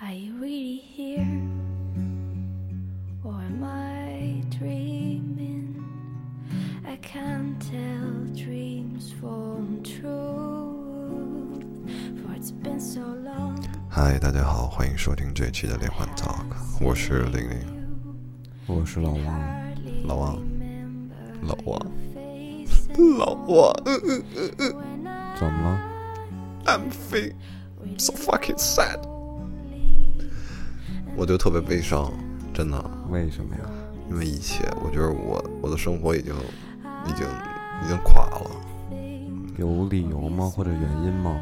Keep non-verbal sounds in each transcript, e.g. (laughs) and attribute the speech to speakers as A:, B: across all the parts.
A: Are you really here? Or am I dreaming? I can't tell dreams from truth. For it's been so long.
B: 嗨，大家好，欢迎收听这期的连环 Talk，我是玲玲。
C: 我是老王，
A: Hardly
B: 老王
A: remember
B: 老
A: your
B: 王
A: face
B: 老王呃呃
A: when I
C: 怎么了？
B: ，I'm feel so fucking sad，我就特别悲伤，真的，
C: 为什么呀？
B: 因为一切，我觉得我我的生活已经已经已经垮了，
C: 有理由吗？或者原因吗？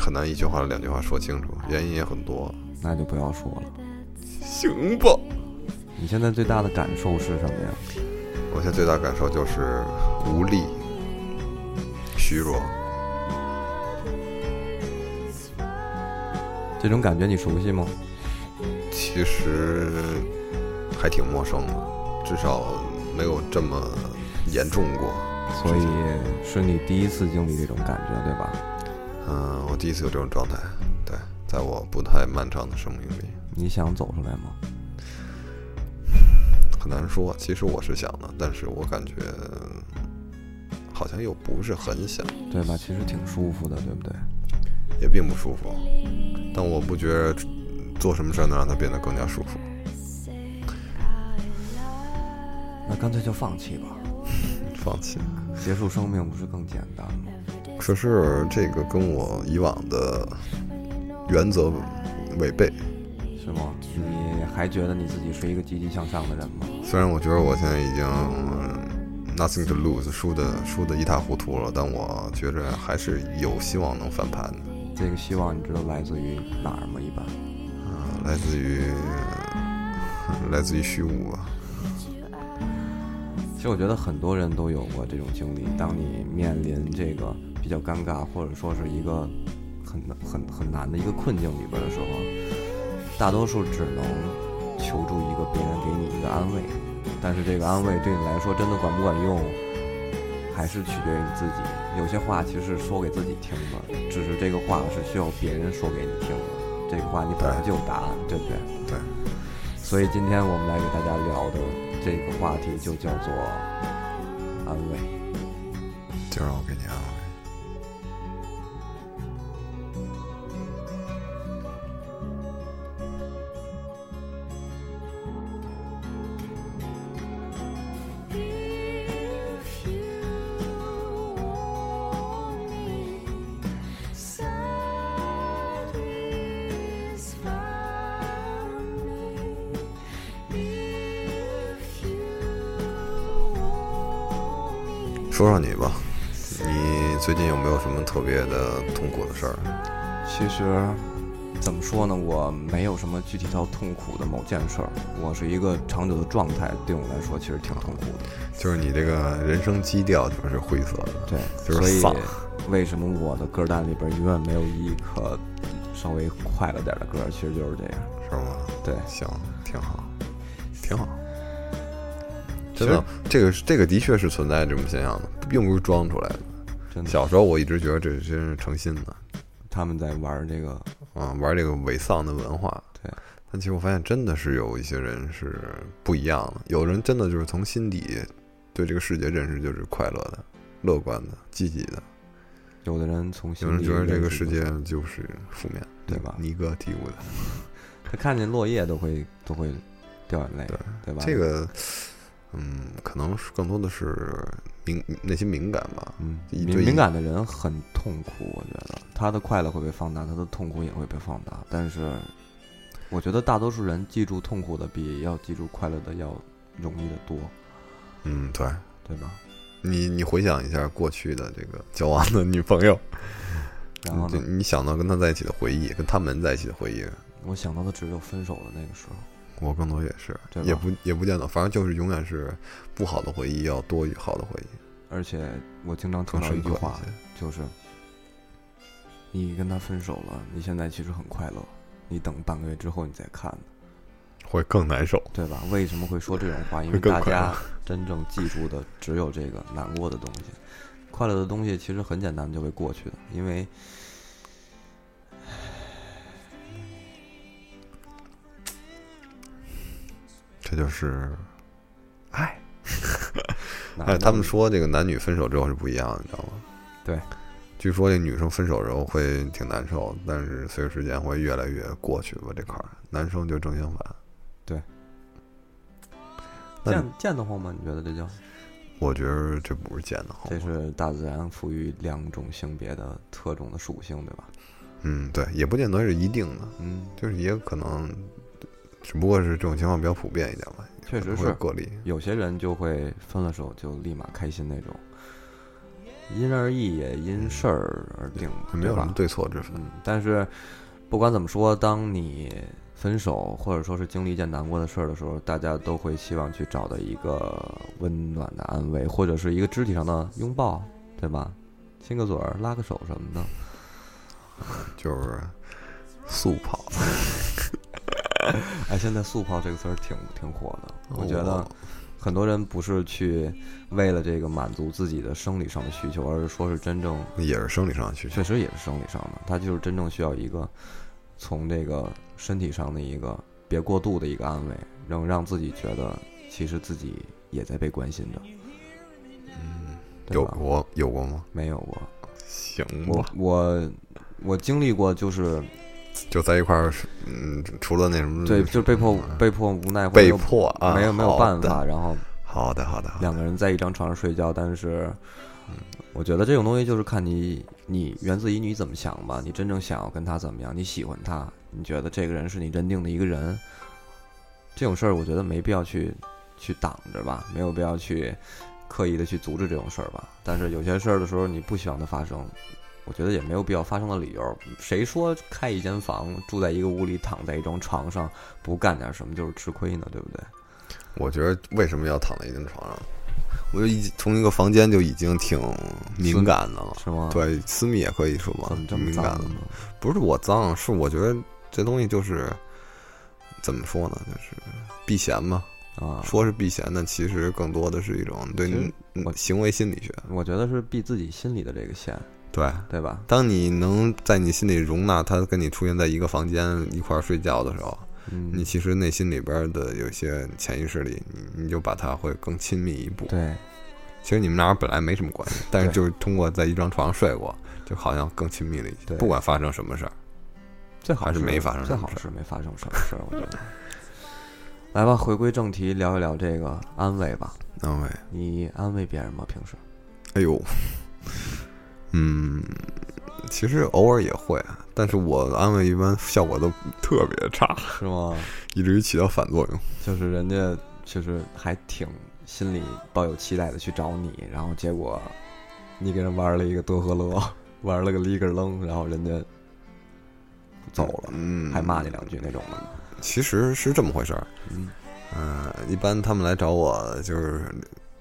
B: 很难一句话两句话说清楚，原因也很多。
C: 那就不要说了。
B: 行吧，
C: 你现在最大的感受是什么呀？
B: 我现在最大感受就是无力、虚弱。
C: 这种感觉你熟悉吗？
B: 其实还挺陌生的，至少没有这么严重过。
C: 所以是你第一次经历这种感觉，对吧？
B: 嗯，我第一次有这种状态，对，在我不太漫长的生命里，
C: 你想走出来吗？
B: 很难说。其实我是想的，但是我感觉好像又不是很想，
C: 对吧？其实挺舒服的，对不对？
B: 也并不舒服。但我不觉得做什么事儿能让它变得更加舒服。
C: 那干脆就放弃吧，
B: 放弃。
C: 结束生命不是更简单吗？
B: 可是这个跟我以往的原则违背。
C: 是吗？你还觉得你自己是一个积极向上的人吗？
B: 虽然我觉得我现在已经嗯 nothing to lose，输的输的一塌糊涂了，但我觉着还是有希望能翻盘的。
C: 这个希望你知道来自于哪儿吗？一般
B: 嗯、来自于 (laughs) 来自于虚无吧。
C: 其实我觉得很多人都有过这种经历，当你面临这个比较尴尬，或者说是一个很很很难的一个困境里边的时候，大多数只能求助一个别人给你一个安慰，但是这个安慰对你来说真的管不管用，还是取决于你自己。有些话其实是说给自己听的，只是这个话是需要别人说给你听的，这个话你本来就有答案，对不对？
B: 对，
C: 所以今天我们来给大家聊的这个话题就叫做安慰。
B: 就让我给你安啊慰。说说你吧，你最近有没有什么特别的痛苦的事儿？
C: 其实怎么说呢，我没有什么具体到痛苦的某件事儿，我是一个长久的状态，对我来说其实挺痛苦的。
B: 就是你这个人生基调就是灰色的，
C: 对，
B: 就是
C: 所以
B: 丧
C: 为什么我的歌单里边永远没有一个稍微快乐点的歌，其实就是这样。
B: 是吗？
C: 对，
B: 行，挺好，挺好。
C: 其
B: 真
C: 实
B: 的，这个这个的确是存在这种现象的，并不是装出来的。
C: 真的，
B: 小时候我一直觉得这真是诚心的，
C: 他们在玩这个，
B: 啊，玩这个伪丧的文化。
C: 对，
B: 但其实我发现真的是有一些人是不一样的，有人真的就是从心底对这个世界认识就是快乐的、乐观的、积极的，
C: 有的人从
B: 有
C: 心
B: 人
C: 里
B: 觉得这个世
C: 认识
B: 界就是负面，
C: 对吧
B: 尼哥提过的，
C: 他看见落叶都会都会掉眼泪，
B: 对
C: 对吧？
B: 这，个，嗯，可能是更多的是敏内心敏感吧。
C: 嗯，
B: 一
C: 敏
B: 对一
C: 敏感的人很痛苦，我觉得他的快乐会被放大，他的痛苦也会被放大。但是，我觉得大多数人记住痛苦的比要记住快乐的要容易的多，
B: 嗯，对
C: 对吧？
B: 你，你回想一下过去的这个交往的女朋友，
C: 然后
B: 你
C: 呢，
B: 你想到跟她在一起的回忆，跟他们在一起的回忆，
C: 我想到的只有分手的那个时候。
B: 我更多也是，
C: 对吧
B: 也不也不见得，反正就是永远是不好的回忆要多于好的回忆，
C: 而且我经常听
B: 更
C: 到一
B: 深
C: 句
B: 刻
C: 话
B: 一，些。
C: 就是你跟他分手了，你现在其实很快乐，你等半个月之后你再看。
B: 会更难受。
C: 对吧？为什么会说这种话？因
B: 会
C: 为
B: 更
C: 大
B: 快乐
C: 家真正记住的只有这个难过的东西，快乐的东西其实很简单就会过去的，因为唉
B: 这就是爱。
C: 那
B: 哎，他们说这个男女分手之后是不一样的，你知道吗？
C: 对，
B: 据说这女生分手之后会挺难受，但是随着时间会越来越过去吧。这块儿男生就正相反。那
C: 见见得慌吗？你觉得这叫？
B: 我觉得这不是贱的慌
C: 这，是大自然赋予两种性别的特种的属性，对吧？
B: 嗯，对，也不见得是一定的，
C: 嗯，
B: 就是也有可能，只不过是这种情况比较普遍一点吧，
C: 确实
B: 不会
C: 是。
B: 个例。
C: 有些人就会分了手就立马开心那种，因人而异，也因事儿而定，
B: 没有
C: 对
B: 什
C: 吧
B: 么？对错之分。
C: 嗯，但是不管怎么说，当你分手或者说是经历一件难过的事儿的时候，大家都会希望去找到一个温暖的安慰，或者是一个肢体上的拥抱，对吧？亲个嘴儿、拉个手什么的。
B: 就是速跑，
C: 哎，现在“速泡”这个词儿挺挺火的，我觉得
B: 哦
C: 很多人不是去为了这个满足自己的生理上的需求，而是说是真正
B: 也是生理上的需求
C: 确。实也是生理上的，他就是真正需要一个从这个身体上的一个别过度的一个安慰，能让自己觉得其实自己也在被关心着。
B: 嗯，
C: 对
B: 有
C: 吧
B: 过嗯有过吗？
C: 没有过，
B: 行
C: 我
B: 吧，
C: 我我经历过，就是
B: 就在一块儿，嗯，除了那什么，
C: 对，就是被迫被迫无奈，或者
B: 被
C: 又
B: 迫啊，
C: 没有没有
B: 好
C: 办
B: 的。
C: 法，然后
B: 好的，好的，好的
C: 两个人在一张床上睡觉，但是，嗯我觉得这种东西就是看你你源自于你怎么想吧。你真正想要跟他怎么样，你喜欢他，你觉得这个人是你认定的一个人，这种事儿我觉得没必要去去挡着吧，没有必要去刻意的去阻止这种事儿吧。但是有些事儿的时候，你不希望它发生。我觉得也没有必要发生的理由。谁说开一间房住在一个屋里，躺在一张床上不干点什么就是吃亏呢？对不对？
B: 我觉得为什么要躺在一张床上？我就一从一个房间就已经挺敏感的了，
C: 是吗？，
B: 哦对，私密也可以说吧
C: 啊怎么，这么
B: 敏
C: 脏
B: 感
C: 呢
B: 了。？不是我脏，是我觉得这东西就是怎么说呢，就是避嫌吧。
C: 啊，
B: 说是避嫌，但其实更多的是一种对
C: 其实
B: 你嗯
C: 我
B: 行为心理学。
C: 我觉得是避自己心里的这个线，
B: 对，
C: 对吧？
B: 当你能在你心里容纳他跟你出现在一个房间一块儿睡觉的时候，
C: 嗯，
B: 你其实内心里边的有些潜意识里，你你就把他会更亲密一步。
C: 对
B: 其实你们俩本来没什么关系，但是
C: 对
B: 就是通过在一张床上睡过，就好像更亲密了一些。
C: 对
B: 不管发生什么事儿，
C: 最好
B: 还是没发生
C: 最
B: 什么
C: 好
B: 事儿
C: 是没发生什么事儿，我觉得。来吧，回归正题，聊一聊这个安慰吧。
B: 安慰。
C: 你安慰别人吗？平时？
B: 哎呦，嗯，其实偶尔也会，啊但是我安慰一般效果都特别差，
C: 是吗？
B: 以至于起到反作用。
C: 就是人家就是还挺心里抱有期待的去找你，然后结果你给人玩了一个多喝乐，玩了个里个楞，然后人家走了，
B: 嗯，
C: 还骂你两句那种的。
B: 其实是这么回事儿。
C: 嗯，
B: 嗯、一般他们来找我，就是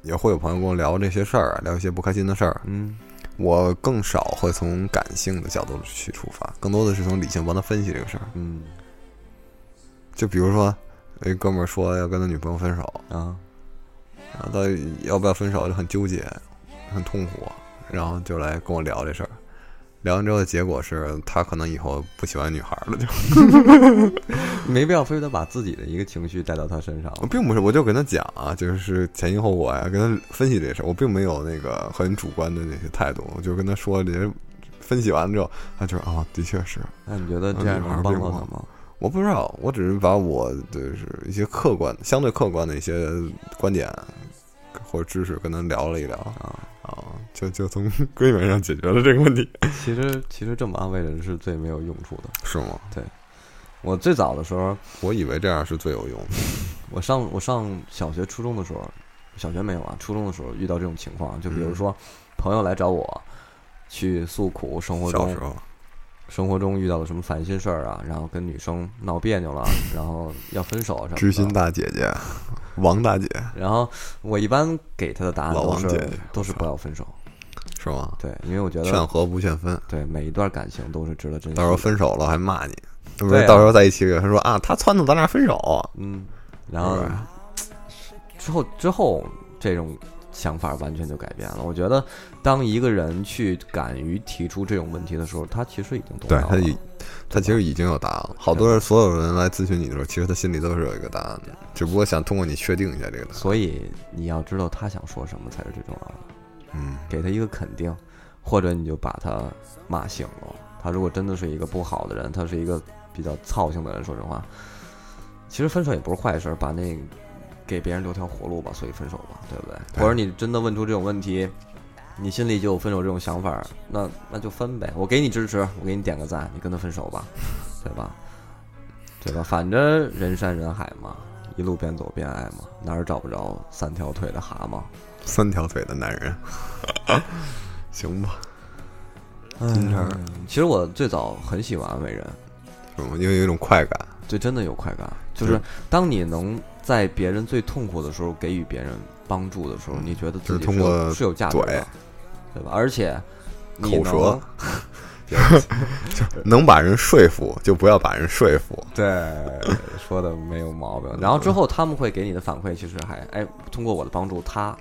B: 也会有朋友跟我聊这些事儿啊，聊一些不开心的事儿。
C: 嗯，
B: 我更少会从感性的角度去出发，更多的是从理性帮他分析这个事儿。
C: 嗯
B: 就比如说，有一哥们儿说要跟他女朋友分手，
C: 啊，
B: 然后他要不要分手就很纠结，很痛苦，然后就来跟我聊这事儿。聊完之后的结果是他可能以后不喜欢女孩了，就
C: 没必要非得把自己的一个情绪带到他身上。
B: 我并不是，我就跟他讲啊，就是前因后果呀、跟他分析这事儿，我并没有那个很主观的那些态度，我就跟他说这些，分析完之后，他就说啊、的确是，啊
C: 那你觉得这样
B: 嗯
C: 能帮到他吗？
B: 我不知道，我只是把我就是一些客观、相对客观的一些观点或者知识跟他聊了一聊
C: 啊，
B: 啊，就就从根源上解决了这个
C: (laughs)
B: 问题，
C: 其实其实这么安慰人是最没有用处的。
B: 是吗？
C: 我最早的时候，
B: 我以为这样是最有用的。
C: 我上我上小学、初中的时候，小学没有啊，初中的时候遇到这种情况，就比
B: 嗯
C: 如说朋友来找我去诉苦，生活
B: 小
C: 中
B: 时候，
C: 生活中遇到了什么烦心事儿啊，然后跟女生闹别扭了，然后要分手啊什么的。
B: 知心大姐姐，王大姐
C: 然后我一般给他的答案
B: 老
C: 都
B: 王姐
C: 是
B: 姐
C: 都是不要分手，
B: 是吗？
C: 对，因为我觉得
B: 劝和不劝分，
C: 对，每一段感情都是值得珍惜。
B: 到时候，分手了还骂你，是不
C: 对
B: 是？
C: 啊
B: 到时候在一起，他说啊，他撺掇咱俩分手，
C: 嗯，然
B: 是
C: 后
B: 吧
C: 之后之后这种想法完全就改变了。我觉得，当一个人去敢于提出这种问题的时候，他其实已经动
B: 对
C: 摇
B: 他
C: 了。
B: 已他其实已经有答案了。好多人，所有人来咨询你的时候，其实他心里都是有一个答案的，只不过想通过你确定一下这个答案。
C: 所以你要知道他想说什么才是最重要的。
B: 嗯，
C: 给他一个肯定，或者你就把他骂醒了。他如果真的是一个不好的人，他是一个比较操性的人，说实话，其实分手也不是坏事，把那给别人留条活路吧，所以分手吧，对不对？
B: 对
C: 或者你真的问出这种问题，你心里就有分手这种想法，那那就分呗，我给你支持，我给你点个赞，你跟他分手吧，对吧？对吧？反正人山人海嘛，一路边走边爱嘛，哪儿找不着三条腿的蛤蟆？
B: 三条腿的男人， (laughs) 行吧，
C: 金城，其实我最早很喜欢安慰人，
B: 是吗？嗯因为有一种快感，
C: 这真的有快感。就
B: 对
C: 是当你能在别人最痛苦的时候给予别人帮助的时候，你觉得
B: 就是
C: 自己
B: 通
C: 嗯是有
B: 过
C: 是有价值
B: 嘴
C: 的，对吧？而且你
B: 口
C: 能 (laughs)
B: 舌， (laughs) 能把人说服就不要把人说服。
C: 对，说的没有毛病。然后之后他们会给你的反馈，其实还哎，通过我的帮助，他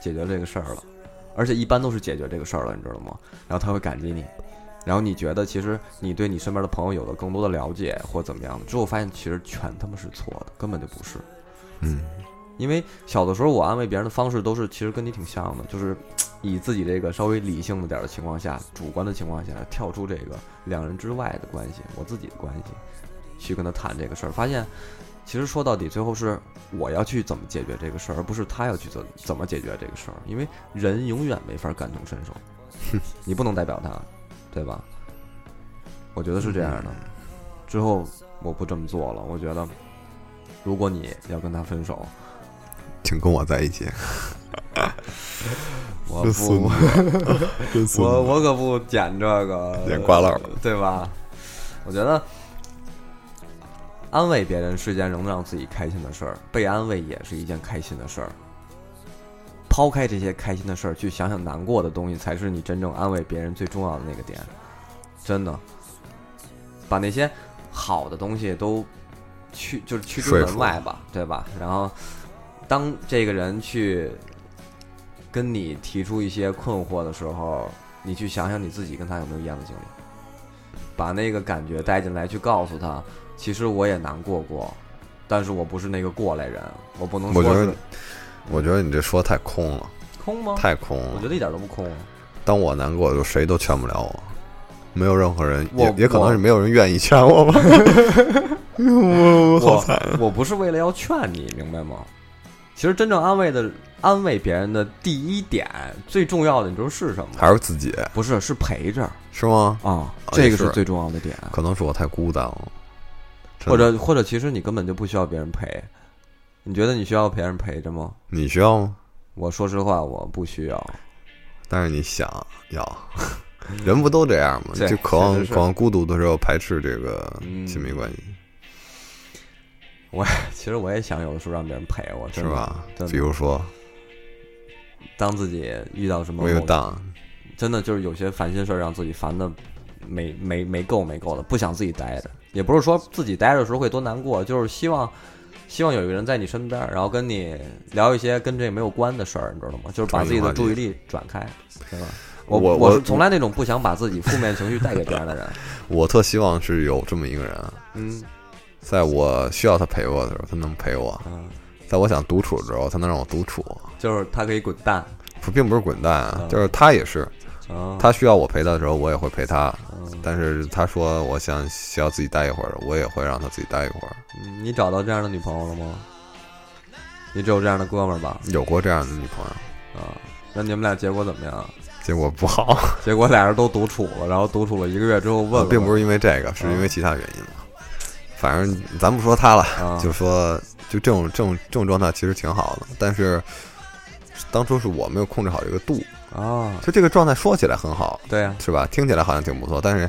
C: 解决这个事儿了，而且一般都是解决这个事儿了，你知道吗？然后他会感激你，然后你觉得其实你对你身边的朋友有了更多的了解或怎么样的，之后发现其实全他妈是错的，根本就不是。
B: 嗯，
C: 因为小的时候我安慰别人的方式都是其实跟你挺像的，就是以自己这个稍微理性的点儿的情况下，主观的情况下，跳出这个两人之外的关系，我自己的关系，去跟他谈这个事儿，发现其实说到底最后是我要去怎么解决这个事儿，而不是他要去怎怎么解决这个事儿，因为人永远没法感同身受，你不能代表他，对吧？我觉得是这样的。之后我不这么做了，我觉得如果你要跟他分手，
B: 请跟我在一起。
C: 我
B: 这孙
C: 不
B: 子，真孙
C: 我
B: 子
C: 我可不捡这个，
B: 捡瓜烂儿
C: 对吧？我觉得安慰别人是一件能让自己开心的事儿，被安慰也是一件开心的事儿。抛开这些开心的事儿，去想想难过的东西，才是你真正安慰别人最重要的那个点。真的，把那些好的东西都去就是去之
B: 说服
C: 门外吧，对吧？然后当这个人去跟你提出一些困惑的时候，你去想想你自己跟他有没有一样的经历，把那个感觉带进来，去告诉他，其实我也难过过，但是我不是那个过来人，我不能
B: 我
C: 说
B: 觉得
C: 是
B: 我觉得你这说太空了，
C: 空吗？
B: 太空
C: 我
B: 了
C: 觉。得一点都不空啊。
B: 当我难过的时候，谁都劝不了我，没有任何人，
C: 我
B: 也也可能
C: 我
B: 是没有人愿意劝我
C: (laughs)
B: 吧。我我好惨，
C: 我我不是为了要劝你，明白吗？其实真正安慰的安慰别人的第一点，最重要的你知道是什么吗？
B: 还是自己
C: 不是是陪着
B: 是吗？
C: 啊，
B: 哎也
C: 这个
B: 是
C: 是最重要的点。
B: 可能是我太孤单了，真的
C: 或者或者，其实你根本就不需要别人陪。你觉得你需要别人陪着吗？
B: 你需要吗？
C: 我说实话，我不需要。
B: 但是你想要， (laughs) 人不都这样吗？
C: 对
B: 就渴望
C: 确实是
B: 渴望孤独的时候排斥这个
C: 嗯
B: 亲密关系，
C: 其实我也想有的时候让别人陪我，真
B: 是
C: 的
B: 吧？
C: 真的
B: 比如说
C: 当自己遇到什么
B: 我有
C: 某
B: 当，
C: 真的就是有些烦心事儿，让自己烦的没没没够没够的，不想自己待着。也不是说自己待着的时候会多难过，就是希望希望有一个人在你身边，然后跟你聊一些跟这没有关的事儿，你知道吗？就是把自己的注意力转开，对吧？我
B: 我
C: 我
B: 我
C: 是从来那种不想把自己负面情绪带给别人
B: (laughs)
C: 的人。
B: 我特希望是有这么一个人啊，
C: 嗯
B: 在我需要他陪我的时候，他能陪我；
C: 嗯，
B: 在我想独处的时候，他能让我独处。
C: 就是他可以滚蛋。
B: 不，并不是滚蛋啊
C: 嗯，
B: 就是他也是，
C: 啊，
B: 他需要我陪他的时候，我也会陪他。
C: 嗯
B: 但是他说我想需要自己待一会儿，我也会让他自己待一会儿。
C: 你找到这样的女朋友了吗？你只有这样的哥们儿吧？
B: 有过这样的女朋友，
C: 啊，那你们俩结果怎么样？
B: 结果不好，
C: 结果俩人都独处了，然后独处了一个月之后问了，
B: 啊并不嗯是因为这个，是因为其他原因嘛。反正咱不说他了，
C: 啊，
B: 就说就这种这种这种状态其实挺好的，但是当初是我没有控制好这个度，
C: 啊，
B: 就这个状态说起来很好，
C: 对呀、
B: 是吧？听起来好像挺不错，但是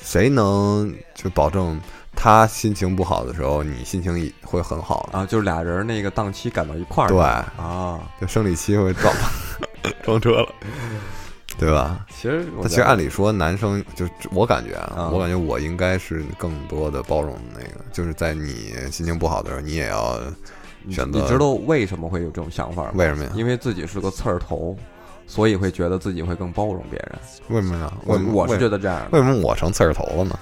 B: 谁能就保证他心情不好的时候，你心情也会很好呢？
C: 啊，就是俩人那个档期赶到一块儿去，
B: 对，
C: 啊，
B: 就生理期会撞 (laughs) 撞车了，对吧？
C: 其实我
B: 但其
C: 觉
B: 实
C: 得
B: 按理说，男生就我感觉啊
C: 啊，
B: 我感觉我应该是更多的包容那个，就是在你心情不好的时候，你也要
C: 你
B: 选择
C: 你知道为什么会有这种想法吗？
B: 为什么呀？
C: 因为自己是个刺儿头，所以会觉得自己会更包容别人。
B: 为什么呀？
C: 我我是觉
B: 得
C: 得这样的，
B: 为什么我成刺儿头了呢？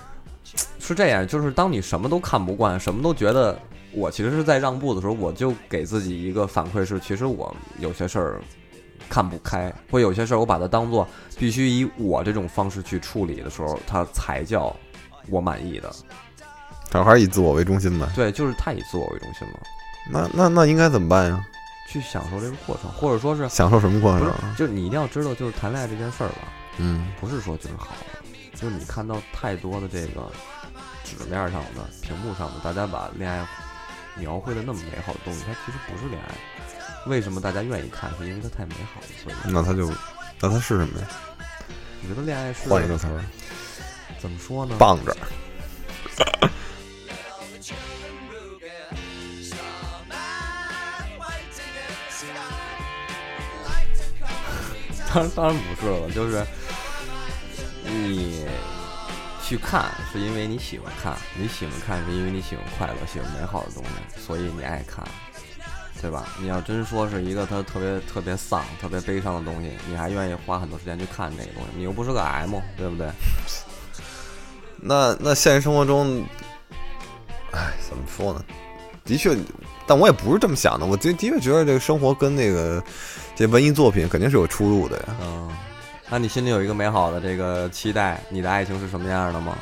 C: 是这样，就是当你什么都看不惯，什么都觉得我其实是在让步的时候，我就给自己一个反馈是，其实我有些事儿看不开，或有些事儿我把它当做必须以我这种方式去处理的时候，它才叫我满意的。
B: 他还是以自我为中心呗。
C: 对，就是太以自我为中心了，
B: 那那那应该怎么办呀？
C: 去享受这个过程，或者说是
B: 享受什么过
C: 不
B: 程
C: 是
B: 啊？，
C: 就是你一定要知道，就是谈恋爱这件事儿吧。
B: 嗯，
C: 不是说就是好的，就是你看到太多的这个纸面上的、屏幕上的，大家把恋爱描绘的那么美好的东西，它其实不是恋爱。为什么大家愿意看？是因为它太美好了。所以
B: 那他就那他是什么呀？
C: 你觉得恋爱是
B: 换一个词儿，
C: 怎么说呢？
B: 棒着。
C: (laughs) 当然当然不是了，就是你去看是因为你喜欢看，你喜欢看是因为你喜欢快乐，喜欢美好的东西，所以你爱看，对吧？你要真说是一个它特别特别丧、特别悲伤的东西，你还愿意花很多时间去看这个东西，你又不是个 M，对不对？
B: 那那现实生活中，哎，怎么说呢？的确，但我也不是这么想的。我的的确觉得这个生活跟那个这文艺作品肯定是有出入的呀。
C: 嗯，那你心里有一个美好的这个期待，你的爱情是什么样的吗？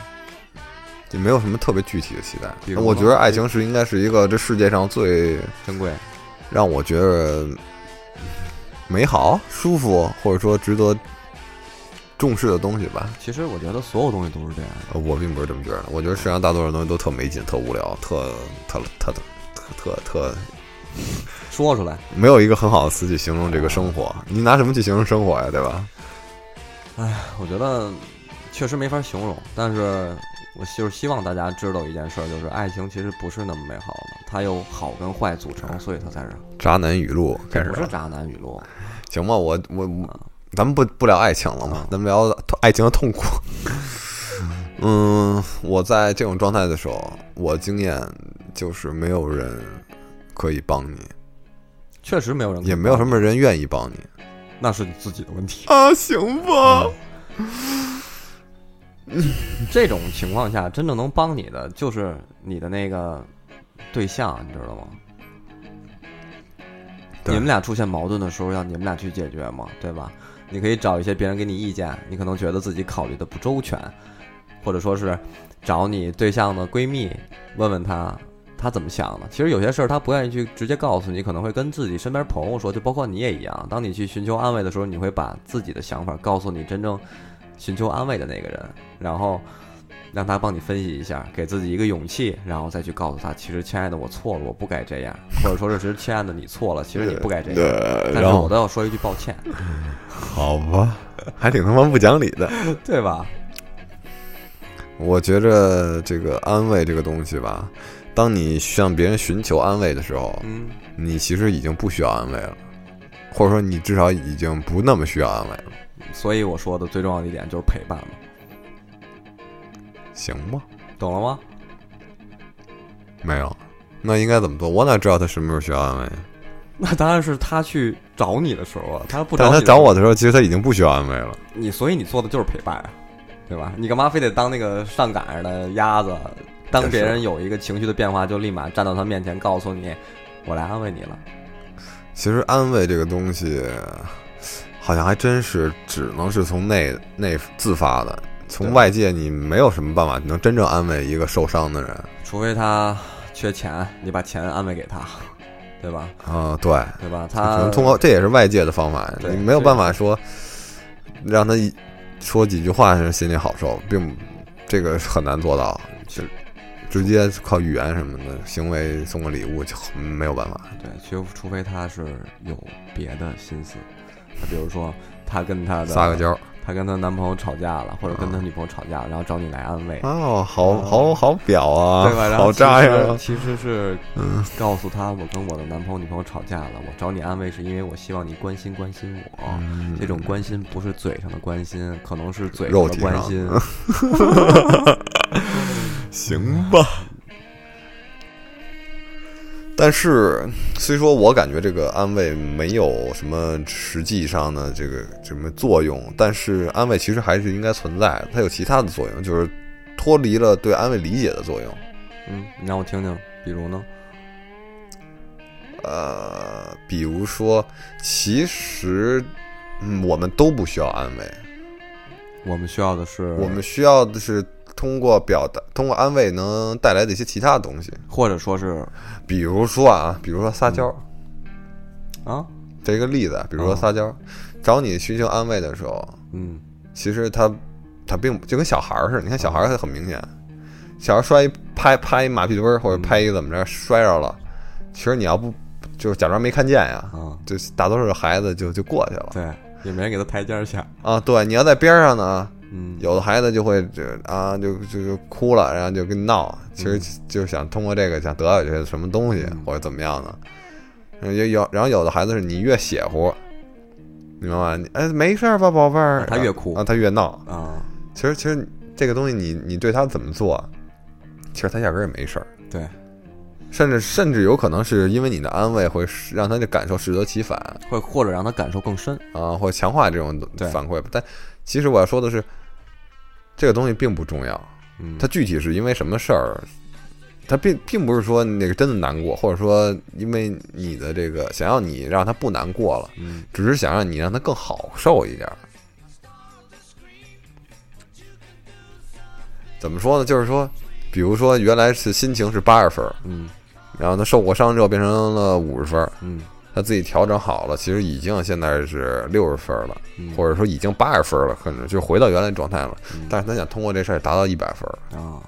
B: 就没有什么特别具体的期待
C: 比。如呢
B: 我觉得爱情是应该是一个这世界上最
C: 珍贵，
B: 让我觉得美好、舒服，或者说值得重视的东西吧。
C: 其实我觉得所有东西都是这样的。
B: 呃我并不是这么觉得，我觉得世界上大多数东西都特没劲、特无聊、特特特特特特
C: 说出来，
B: 没有一个很好的词去形容这个生活。你拿什么去形容生活呀？对吧？
C: 我觉得确实没法形容，但是我就是希望大家知道一件事儿，就是爱情其实不是那么美好的，它由好跟坏组成，所以它才是
B: 渣男语录开始
C: 不是
B: 了，
C: 渣男语录。
B: 行吧？我我我
C: 啊
B: 咱们不不聊爱情了嘛，咱们聊痛爱情的
C: (laughs)
B: 痛苦。嗯，我在这种状态的时候，我经验就是没有人可以帮你，
C: 确实没有人，
B: 也没有什，么人愿意帮你
C: 那是你自己的问题。
B: 啊。行吧，
C: 这种情况下，真正能帮你的就是你的那个对象，你知道吗？你
B: 对
C: 们俩出现矛盾的时候，要你们俩去解决嘛，对吧？你可以找一些别人给你意见，你可能觉得自己考虑的不周全，或者说是找你对象的闺蜜问问她，她怎么想的。其实有些事儿她不愿意去直接告诉你，可能会跟自己身边朋友说，就包括你也一样。当你去寻求安慰的时候，你会把自己的想法告诉你真正寻求安慰的那个人，然后让他帮你分析一下，给自己一个勇气，然后再去告诉他，其实亲爱的，我错了，我不该这样，或者说是其实亲爱的你错了，嗯其实你不该这样。
B: 对，
C: 但
B: 然
C: 是我
B: 后
C: 都要说一句抱歉，
B: 好吧，还挺他妈不讲理的。
C: 对吧？
B: 我觉着这个安慰这个东西吧，当你向别人寻求安慰的时候，
C: 嗯，
B: 你其实已经不需要安慰了，或者说你至少已经不那么需要安慰了，
C: 所以我说的最重要的一点就是陪伴嘛，
B: 行吗？
C: 懂了吗？
B: 没有，那应该怎么做？我哪知道他什么时候需要安慰？
C: 那当然是他去找你的时候啊，他不
B: 但
C: 找
B: 他
C: 你
B: 找我的
C: 的
B: 时候，其实他已经不需要安慰了。
C: 时候，你所以你做的就是陪伴啊，对吧？你干嘛非得当那个上赶着的鸭子？当别人有一个情绪的变化，就立马站到他面前，告诉你，我来安慰你了。
B: 其实安慰这个东西，好像还真是只能是从内内自发的，从
C: 对
B: 外界你没有什么办法能真正安慰一个受伤的人
C: 除非他缺钱，你把钱安慰给他，对吧？
B: 啊、对，
C: 对吧？
B: 可
C: 他
B: 能通过这也是外界的方法，
C: 啊对
B: 你没有办法说让他一说几句话让心里好受，并不这个很难做到，
C: 是
B: 直接靠语言什么的行为送个礼物就很没有办法。
C: 对，除除非他是有别的心思，他比如说他跟他的
B: 撒个娇儿
C: 她跟她男朋友吵架了，或者跟她
B: 嗯
C: 女朋友吵架，然后找你来安慰，
B: 哦，好好好表啊
C: 对吧？，然后
B: 好
C: 其实
B: 渣呀！
C: 其实是
B: 嗯
C: 告诉她，我跟我的男朋友、女朋友吵架了，我找你安慰是因为我希望你关心关心我。这种关心不是嘴上的关心，可能是嘴上
B: 嗯肉
C: 的
B: 体
C: 关
B: 上
C: 心。 (laughs)
B: 行吧。但是虽说我感觉这个安慰没有什么实际上的这个什么作用，但是安慰其实还是应该存在的，它有其他的作用，就是脱离了对安慰理解的作用。
C: 嗯，你让我听听，比如呢？
B: 呃，比如说，其实、嗯、我们都不需要安慰，
C: 我们需要的是，
B: 我们需要的是通过表达，通过安慰能带来的一些其他的东西，
C: 或者说是
B: 比如说啊，比如说撒娇，
C: 啊，
B: 这一个例子啊，比如说撒娇，找你寻求安慰的时候，
C: 嗯，
B: 其实他他并不就跟小孩儿似的，你看小孩儿他很明显，小孩儿摔一拍拍一马屁墩儿或者拍一怎么着摔着了，其实你要不就是假装没看见呀，
C: 啊，
B: 就是大多数的孩子就就过去了
C: 对，也没人给他台阶儿下，
B: 啊。对，你要在边上呢，
C: 嗯，
B: 有的孩子就会这啊就就就哭了，然后就跟你闹，其实就是想通过这个想得到一些什么东西
C: 嗯
B: 或者怎么样的。嗯也有，然后有的孩子是你越邪乎，你明白吗？你哎，没事儿吧，宝贝儿
C: 啊，他越哭
B: 啊，他越闹，
C: 啊，
B: 其实其实这个东西你你对他怎么做，其实他压根儿也没事儿，
C: 对，
B: 甚至甚至有可能是因为你的安慰会使让他的感受适得其反
C: 或或者让他感受更深，
B: 啊，或强化这种
C: 对
B: 反馈。但其实我要说的是，这个东西并不重要，
C: 嗯，
B: 它具体是因为什么事儿。他并并不是说那个真的难过，或者说因为你的这个想要你让他不难过了，
C: 嗯，
B: 只是想让你让他更好受一点儿。怎么说呢？就是说，比如说原来是心情是八十分儿，
C: 嗯
B: 然后他受过伤之后变成了五十分儿，
C: 嗯
B: 他自己调整好了，其实已经现在是六十分儿了，
C: 嗯，
B: 或者说已经八十分儿了，可能就回到原来状态了
C: 嗯。
B: 但是他想通过这事儿达到一百分儿，
C: 啊，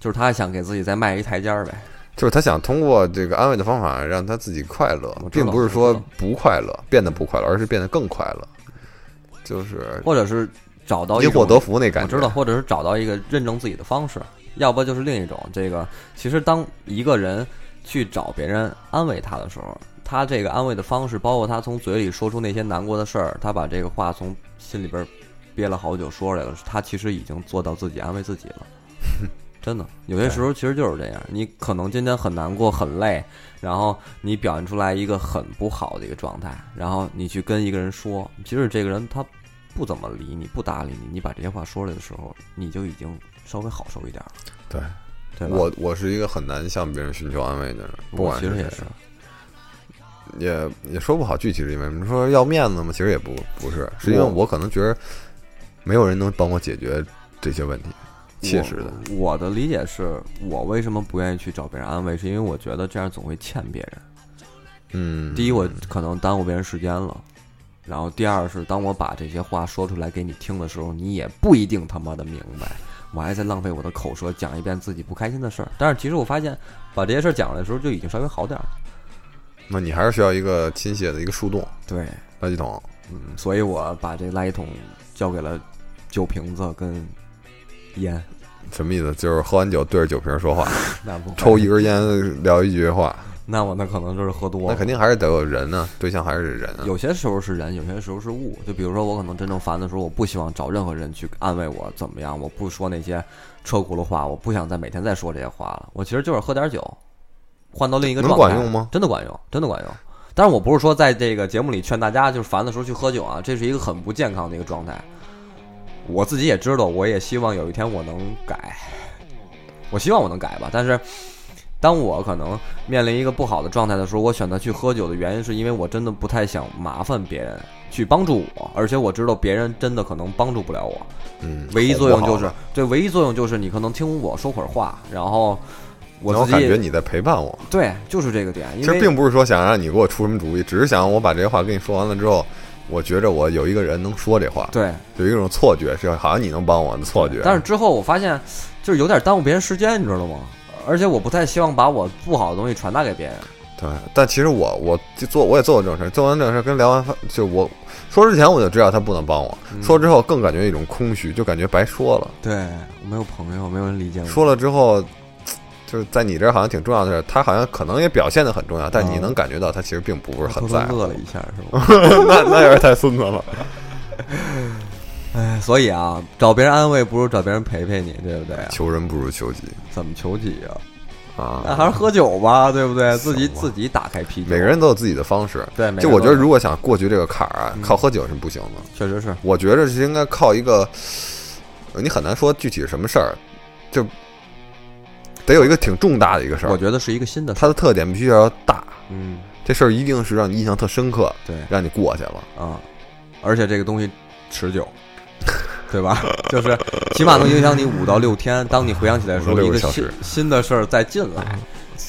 C: 就是他想给自己再迈一台阶儿呗，
B: 就是他想通过这个安慰的方法让他自己快乐
C: 我，知道
B: 并不是
C: 我
B: 说
C: 知道
B: 不快乐，变得不快乐，而是变得更快乐，就是
C: 或者是找到一
B: 因祸
C: 种
B: 得福那感
C: 我
B: 觉。
C: 知道，或者是找到一个认证自己的方式，要不就是另一种。这个其实当一个人去找别人安慰他的时候，他这个安慰的方式，包括他从嘴里说出那些难过的事儿，他把这个话从心里边儿憋了好久说出来了，他其实已经做到自己安慰自己了。真的，有些时候其实就是这样。你可能今天很难过、很累，然后你表现出来一个很不好的一个状态，然后你去跟一个人说，即使这个人他不怎么理你、不搭理你，你把这些话说出来的时候，你就已经稍微好受一点了，
B: 对，
C: 对吧？
B: 我我是一个很难向别人寻求安慰的人，不
C: 我
B: 管
C: 其
B: 是
C: 实
B: 谁
C: 也是，
B: 也也说不好具体是因为什么。说要面子嘛，其实也不不是，是因为
C: 我
B: 我可能觉得没有人能帮我解决这些问题，切实的。
C: 我。我的理解是我为什么不愿意去找别人安慰，是因为我觉得这样总会欠别人。
B: 嗯，
C: 第一，我可能耽误别人时间了。然后第二是，当我把这些话说出来给你听的时候，你也不一定他妈的明白，我还在浪费我的口舌讲一遍自己不开心的事儿。但是其实我发现，把这些事儿讲出来的时候，就已经稍微好点儿了。
B: 那你还是需要一个倾泻的一个树洞
C: 对，
B: 垃圾桶。
C: 嗯，所以我把这垃圾桶交给了酒瓶子跟烟， (laughs)
B: 什么意思？就是喝完酒对着酒瓶说话，
C: 那不会
B: 抽一根烟聊一句话，
C: 那 (laughs) 我那可能就是喝多
B: 那
C: 了。
B: 肯定还是得有人呢、对象还是人啊。
C: 有些时候是人，有些时候是物。就比如说，我可能真正烦的时候，我不希望找任何人去安慰我怎么样，我不说那些车轱辘话，我不想再每天再说这些话了。我其实就是喝点酒，换到另一个
B: 能
C: 状态，
B: 管用吗
C: 真的管用，真的管用。但是我不是说在这个节目里劝大家就是烦的时候去喝酒啊，这是一个很不健康的一个状态。我自己也知道，我也希望有一天我能改，我希望我能改吧。但是，当我可能面临一个不好的状态的时候，我选择去喝酒的原因是因为我真的不太想麻烦别人去帮助我，而且我知道别人真的可能帮助不了我。
B: 嗯，
C: 唯一作用就
B: 好不
C: 是
B: 好，
C: 对，唯一作用就是你可能听我说会儿话，然后
B: 然后
C: 我自
B: 感觉
C: 己
B: 你在陪伴我。
C: 对，就是这个点。
B: 其
C: 因
B: 实
C: 为
B: 并不是说想让你给我出什么主意，只是想我把这些话跟你说完了之后，我觉着我有一个人能说这话，
C: 对，
B: 有一种错觉，是好像你能帮我的错觉。
C: 但是之后我发现，就是有点耽误别人时间，你知道吗？而且我不太希望把我不好的东西传达给别人。
B: 对，但其实我我就做我也做过这种事儿，做完这种事儿跟聊完饭，就我说之前我就知道他不能帮我，
C: 嗯
B: 说之后更感觉一种空虚，就感觉白说了。
C: 对我没有朋友，没有人理解我。
B: 说了之后，就是在你这儿好像挺重要的事儿，他好像可能也表现的很重要，但你
C: 嗯
B: 能感觉到他其实并不是很
C: 偷偷
B: 在乎。
C: 乐
B: (laughs)
C: 了一嗯下，是吧？
B: 那那有点太孙子了。
C: 哎， (laughs) 所以啊，找别人安慰不如找别人陪陪你，对不对啊？
B: 求人不如求己，
C: 怎么求己啊？那
B: 啊，
C: 还是喝酒吧，对不对？自己
B: 行吧
C: 自己打开啤酒，
B: 每个人都有自己的方式。
C: 对每个人
B: 就我觉得
C: 都有嗯
B: 如果想过去这个坎儿啊，靠喝酒是不行的。
C: 确实是，
B: 我觉着是应该靠一个，呃你很难说具体是什么事儿，就得有一个挺重大的一个事
C: 我
B: 儿，
C: 觉得是一个新的事
B: 它
C: 儿。
B: 的特点必须要大，
C: 嗯，
B: 这事儿一定是让你印象特深刻，
C: 对
B: 让你过去了。
C: 啊，而且这个东西持久，对吧？ (laughs) 就是起码能影响你五到六天。当你回想起来的时
B: 五
C: 候，
B: 到
C: 一
B: 六个
C: 个
B: 小
C: 新
B: 时哎
C: 新的事儿再进来，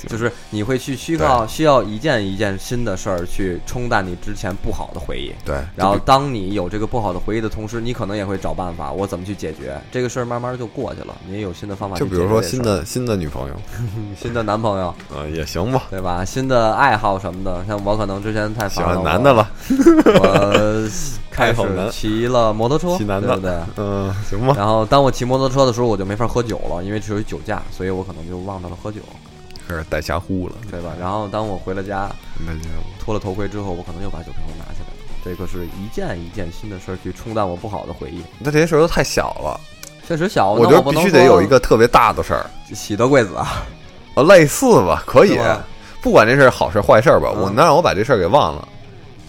C: 就是你会去需要需要一件一件新的事儿去冲淡你之前不好的回忆。
B: 对，
C: 然后，当你有这个不好的回忆的同时，你可能也会找办法，我怎么去解决这个事儿，慢慢就过去了。你也有新的方法去
B: 就
C: 解
B: 比
C: 决这
B: 如
C: 事儿，
B: 说新的新的女朋友，
C: 新的男朋友，
B: 呃，也行吧，
C: 对吧？新的爱好什么的，像我可能之前太
B: 喜
C: 烦
B: 欢
C: 了
B: 男的
C: 我
B: 了，
C: 我开始骑了摩托车，
B: 喜男
C: 对
B: 的
C: 不对？
B: 嗯，行吧，
C: 然后当我骑摩托车的时候，我就没法喝酒了，因为只有酒驾，所以我可能就忘掉了喝酒，
B: 开始带瞎呼了，
C: 对吧？然后当我回了家，
B: 那就
C: 脱了头盔之后，我可能又把酒瓶子拿起来了。这个是一件一件新的事儿去冲淡我不好的回忆，
B: 那这些事儿都太小了，
C: 确实小，
B: 哦我
C: 那
B: 觉得
C: 不
B: 必
C: 能
B: 须得有一
C: 说
B: 个特别大的事儿，
C: 喜得贵子啊，
B: 呃，类似吧，可以
C: 是吧，
B: 不管这事儿好事儿坏事儿吧，
C: 嗯
B: 我能让我把这事儿给忘了，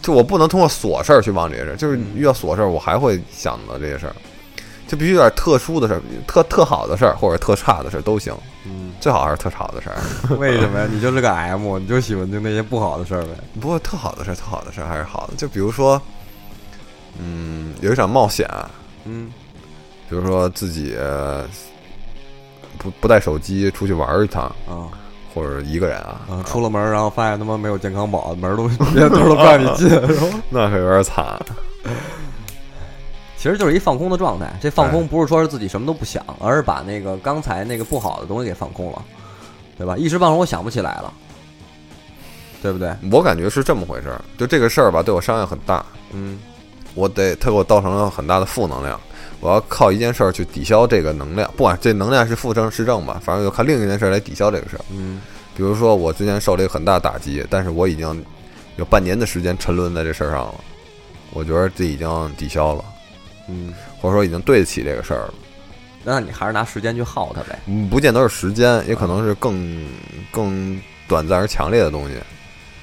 B: 就我不能通过琐事儿去忘这些事儿，
C: 嗯
B: 就是遇到琐事儿我还会想到这些事儿，就必须有点特殊的事儿，特特好的事儿或者特差的事儿都行，
C: 嗯，
B: 最好还是特差的事儿，
C: (laughs)
B: (laughs)
C: 为什么呀？你就是个 M，你就喜欢听那些不好的事儿呗。
B: 不过特好的事儿特好的事儿还是好的，就比如说，嗯，有一场冒险，
C: 嗯，
B: 比如说自己呃不不带手机出去玩儿一趟，
C: 啊、
B: 或者一个人啊，
C: 啊，出了门儿，然后发现他妈没有健康宝，门儿都 (laughs) 连兜儿都不让你
B: (laughs)
C: 进，是吧？
B: 那可有点惨。
C: 其实就是一放空的状态。这放空不是说是自己什么都不想，而是把那个刚才那个不好的东西给放空了，对吧？一时半会儿我想不起来了，对不对？
B: 我感觉是这么回事儿，就这个事儿吧，对我伤害很大，
C: 嗯
B: 我得它给我造成了很大的负能量。我要靠一件事儿去抵消这个能量，不管这能量是负正是正吧，反正就靠另一件事儿来抵消这个事儿。
C: 嗯
B: 比如说我之前受了一个很大打击，但是我已经有半年的时间沉沦在这事儿上了，我觉得这已经抵消了，
C: 嗯，
B: 或者说已经对得起这个事儿了。
C: 那你还是拿时间去耗它呗。
B: 嗯不见得是时间，也可能是更更短暂而强烈的东西。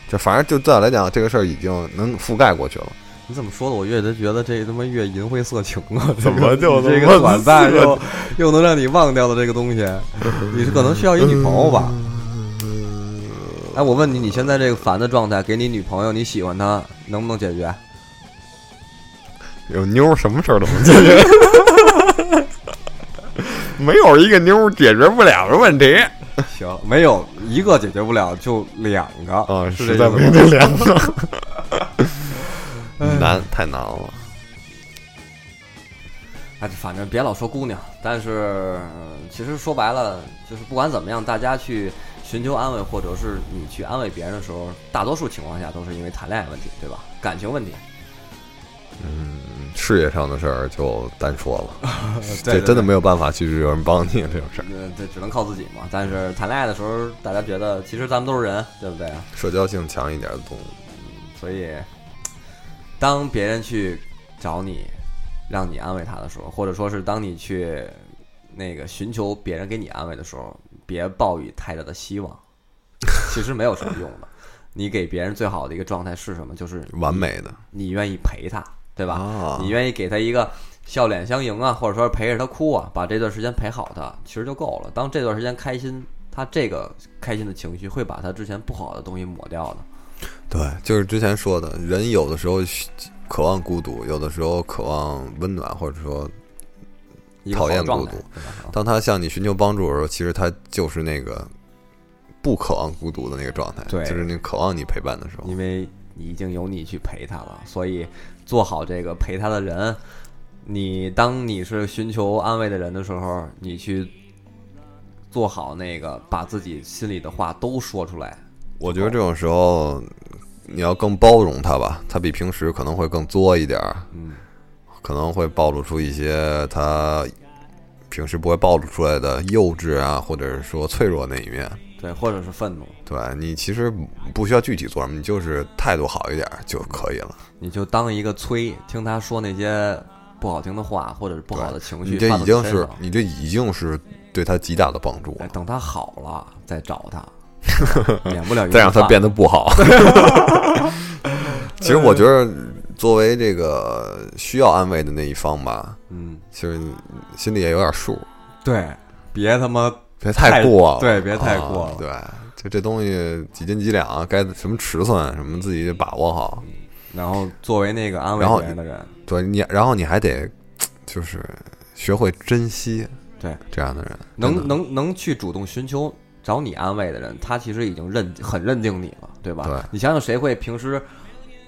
B: 就反正就对我来讲，这个事儿已经能覆盖过去了。
C: 你怎么说的？我越觉得这他妈越淫秽色情 (laughs) 啊！这个
B: 怎么就
C: 你这
B: 他
C: 个 (laughs)
B: 妈
C: 短暂又又能让你忘掉的这个东 (laughs) 西，你是可能需要一女朋友吧？哎，我问你，你现在这个烦的状态，给你女朋友，你喜欢她，能不能解决？
B: 有妞儿什么事儿都能解决，没有一个妞儿解决不了的问题
C: 行，没有一个解决不了，就两个
B: 啊！
C: 是
B: 实
C: 这
B: 在
C: 意思
B: 没
C: 吗
B: 得聊了，难太难了。
C: 哎，反正别老说姑娘，但是呃其实说白了，就是不管怎么样，大家去寻求安慰，或者是你去安慰别人的时候，大多数情况下都是因为谈恋爱问题，对吧？感情问题，
B: 事业上的事儿就单说了，
C: (laughs) 对
B: 这真的没有办法去有人帮你这种事儿，
C: 呃，这只能靠自己嘛。但是谈恋爱的时候，大家觉得其实咱们都是人，对不对？啊
B: 社交性强一点的动物。
C: 所以，当别人去找你，让你安慰他的时候，或者说是当你去那个寻求别人给你安慰的时候，别抱以太大的希望， (laughs) 其实没有什么用的。你给别人最好的一个状态是什么？就是
B: 完美的，
C: 你愿意陪他，对吧？
B: 啊
C: 你愿意给他一个笑脸相迎啊，或者说陪着他哭啊，把这段时间陪好他，其实就够了。当这段时间开心，他这个开心的情绪会把他之前不好的东西抹掉的。
B: 对，就是之前说的，人有的时候需渴望孤独，有的时候渴望温暖，或者说
C: 一个好的
B: 讨厌
C: 状
B: 孤
C: 态
B: 独
C: 对吧
B: 当他向你寻求帮助的时候，其实他就是那个不渴望孤独的那个状态，
C: 对
B: 就是那个渴望你陪伴的时候。
C: 因为已经有你去陪他了，所以做好这个陪他的人。你当你是寻求安慰的人的时候，你去做好那个把自己心里的话都说出来。
B: 我觉得这种时候，你要更包容他吧，他比平时可能会更作一点儿，
C: 嗯，
B: 可能会暴露出一些他平时不会暴露出来的幼稚啊，或者是说脆弱那一面。
C: 对，或者是愤怒，
B: 对你其实不需要具体做什么，你就是态度好一点儿就可以了。
C: 你就当一个催，听他说那些不好听的话或者是不好的情绪，
B: 你这
C: 发
B: 已
C: 到
B: 经
C: 身
B: 是
C: 上
B: 你这已经是对他极大的帮助
C: 哎，，等他好了再找
B: (laughs)
C: 他，免不了
B: 再让他变
C: 得
B: 得不
C: (laughs)
B: 好。其实我觉得，作为这个需要安慰的那一方吧，
C: 嗯，
B: 其实心里也有点数，
C: 对，别他妈
B: 别太过了，
C: 对别太过了
B: 啊对，就这东西几斤几两，啊该什么尺寸什么自己把握好。
C: 然后作为那个安慰
B: 然后
C: 别人的人，
B: 对你，然后你还得就是学会珍惜
C: 对，
B: 这样的人，真的
C: 能能能去主动寻求找你安慰的人，他其实已经认很认定你了，对吧？
B: 对
C: 你想想，谁会平时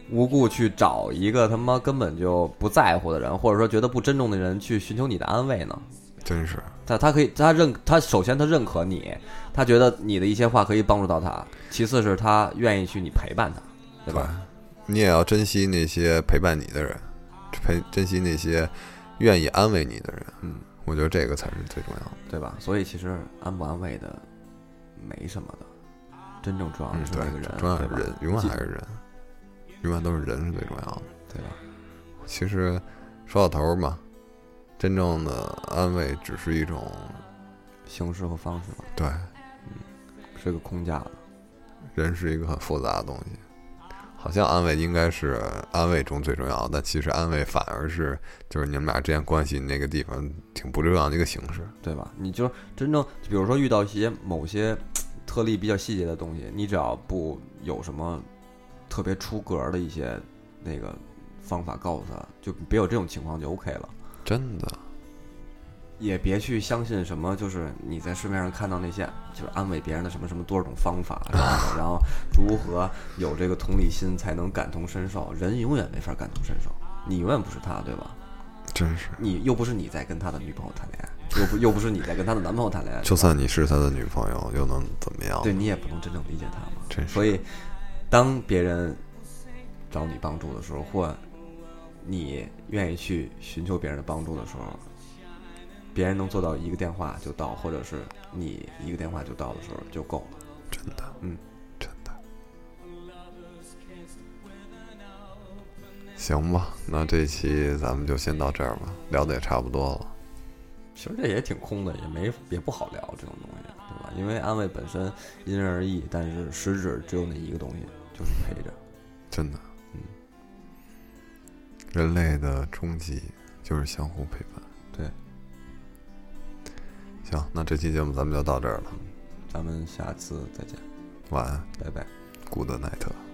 C: 无故去找一个他妈根本就不在乎的人，或者说觉得不尊重的人去寻求你的安慰呢？
B: 真是
C: 他他可以，他认他首先他认可你，他觉得你的一些话可以帮助到他，其次是他愿意去你陪伴他，对吧？
B: 你也要珍惜那些陪伴你的人，陪珍惜那些愿意安慰你的人。
C: 嗯，
B: 我觉得这个才是最重要的。
C: 对吧？所以其实安不安慰的没什么的，真正重要
B: 嗯
C: 啊的，是
B: 对
C: 那个人，，
B: 重要
C: 对
B: 的
C: 吧
B: 是人，永远
C: 记
B: 还是人，永远都是人是最重要的。
C: 对吧？
B: 其实说到头儿嘛，真正的安慰只是一种
C: 形式和方式吧，
B: 对，
C: 是个空架子。
B: 人是一个很复杂的东西。好像安慰应该是安慰中最重要的，但其实安慰反而是就是你们俩之间关系那个地方挺不重要的一个形式。
C: 对吧？你就真正，比如说遇到一些某些特例比较细节的东西，你只要不有什么特别出格儿的一些那个方法告诉他，就别有这种情况就 OK 了。
B: 真的，
C: 也别去相信什么，就是你在市面上看到那些就是安慰别人的什么什么多少种方法，然后然后如何有这个同理心才能感同身受。人永远没法感同身受，你永远不是他，对吧？
B: 真是。
C: 你又不是你在跟他的女朋友谈恋爱，又不又不是你在跟他的男朋友谈恋爱，
B: 就算你是他的女朋友，又能怎么样？
C: 对你也不能真正理解他嘛。
B: 真是
C: 所以，当别人找你帮助的时候，或你愿意去寻求别人的帮助的时候，别人能做到一个电话就到，或者是你一个电话就到的时候就够了。
B: 真的，
C: 嗯，
B: 真的。行吧，那这期咱们就先到这儿吧，聊的也差不多了。
C: 其实这也挺空的，也没也不好聊这种东西，对吧？因为安慰本身因人而异，但是实质只有那一个东西，就是陪着。
B: 真的，嗯，人类的终极就是相互陪伴。
C: 对，
B: 行，那这期节目咱们就到这儿了，
C: 咱们下次再见，
B: 晚安
C: 拜拜。
B: ，Good night。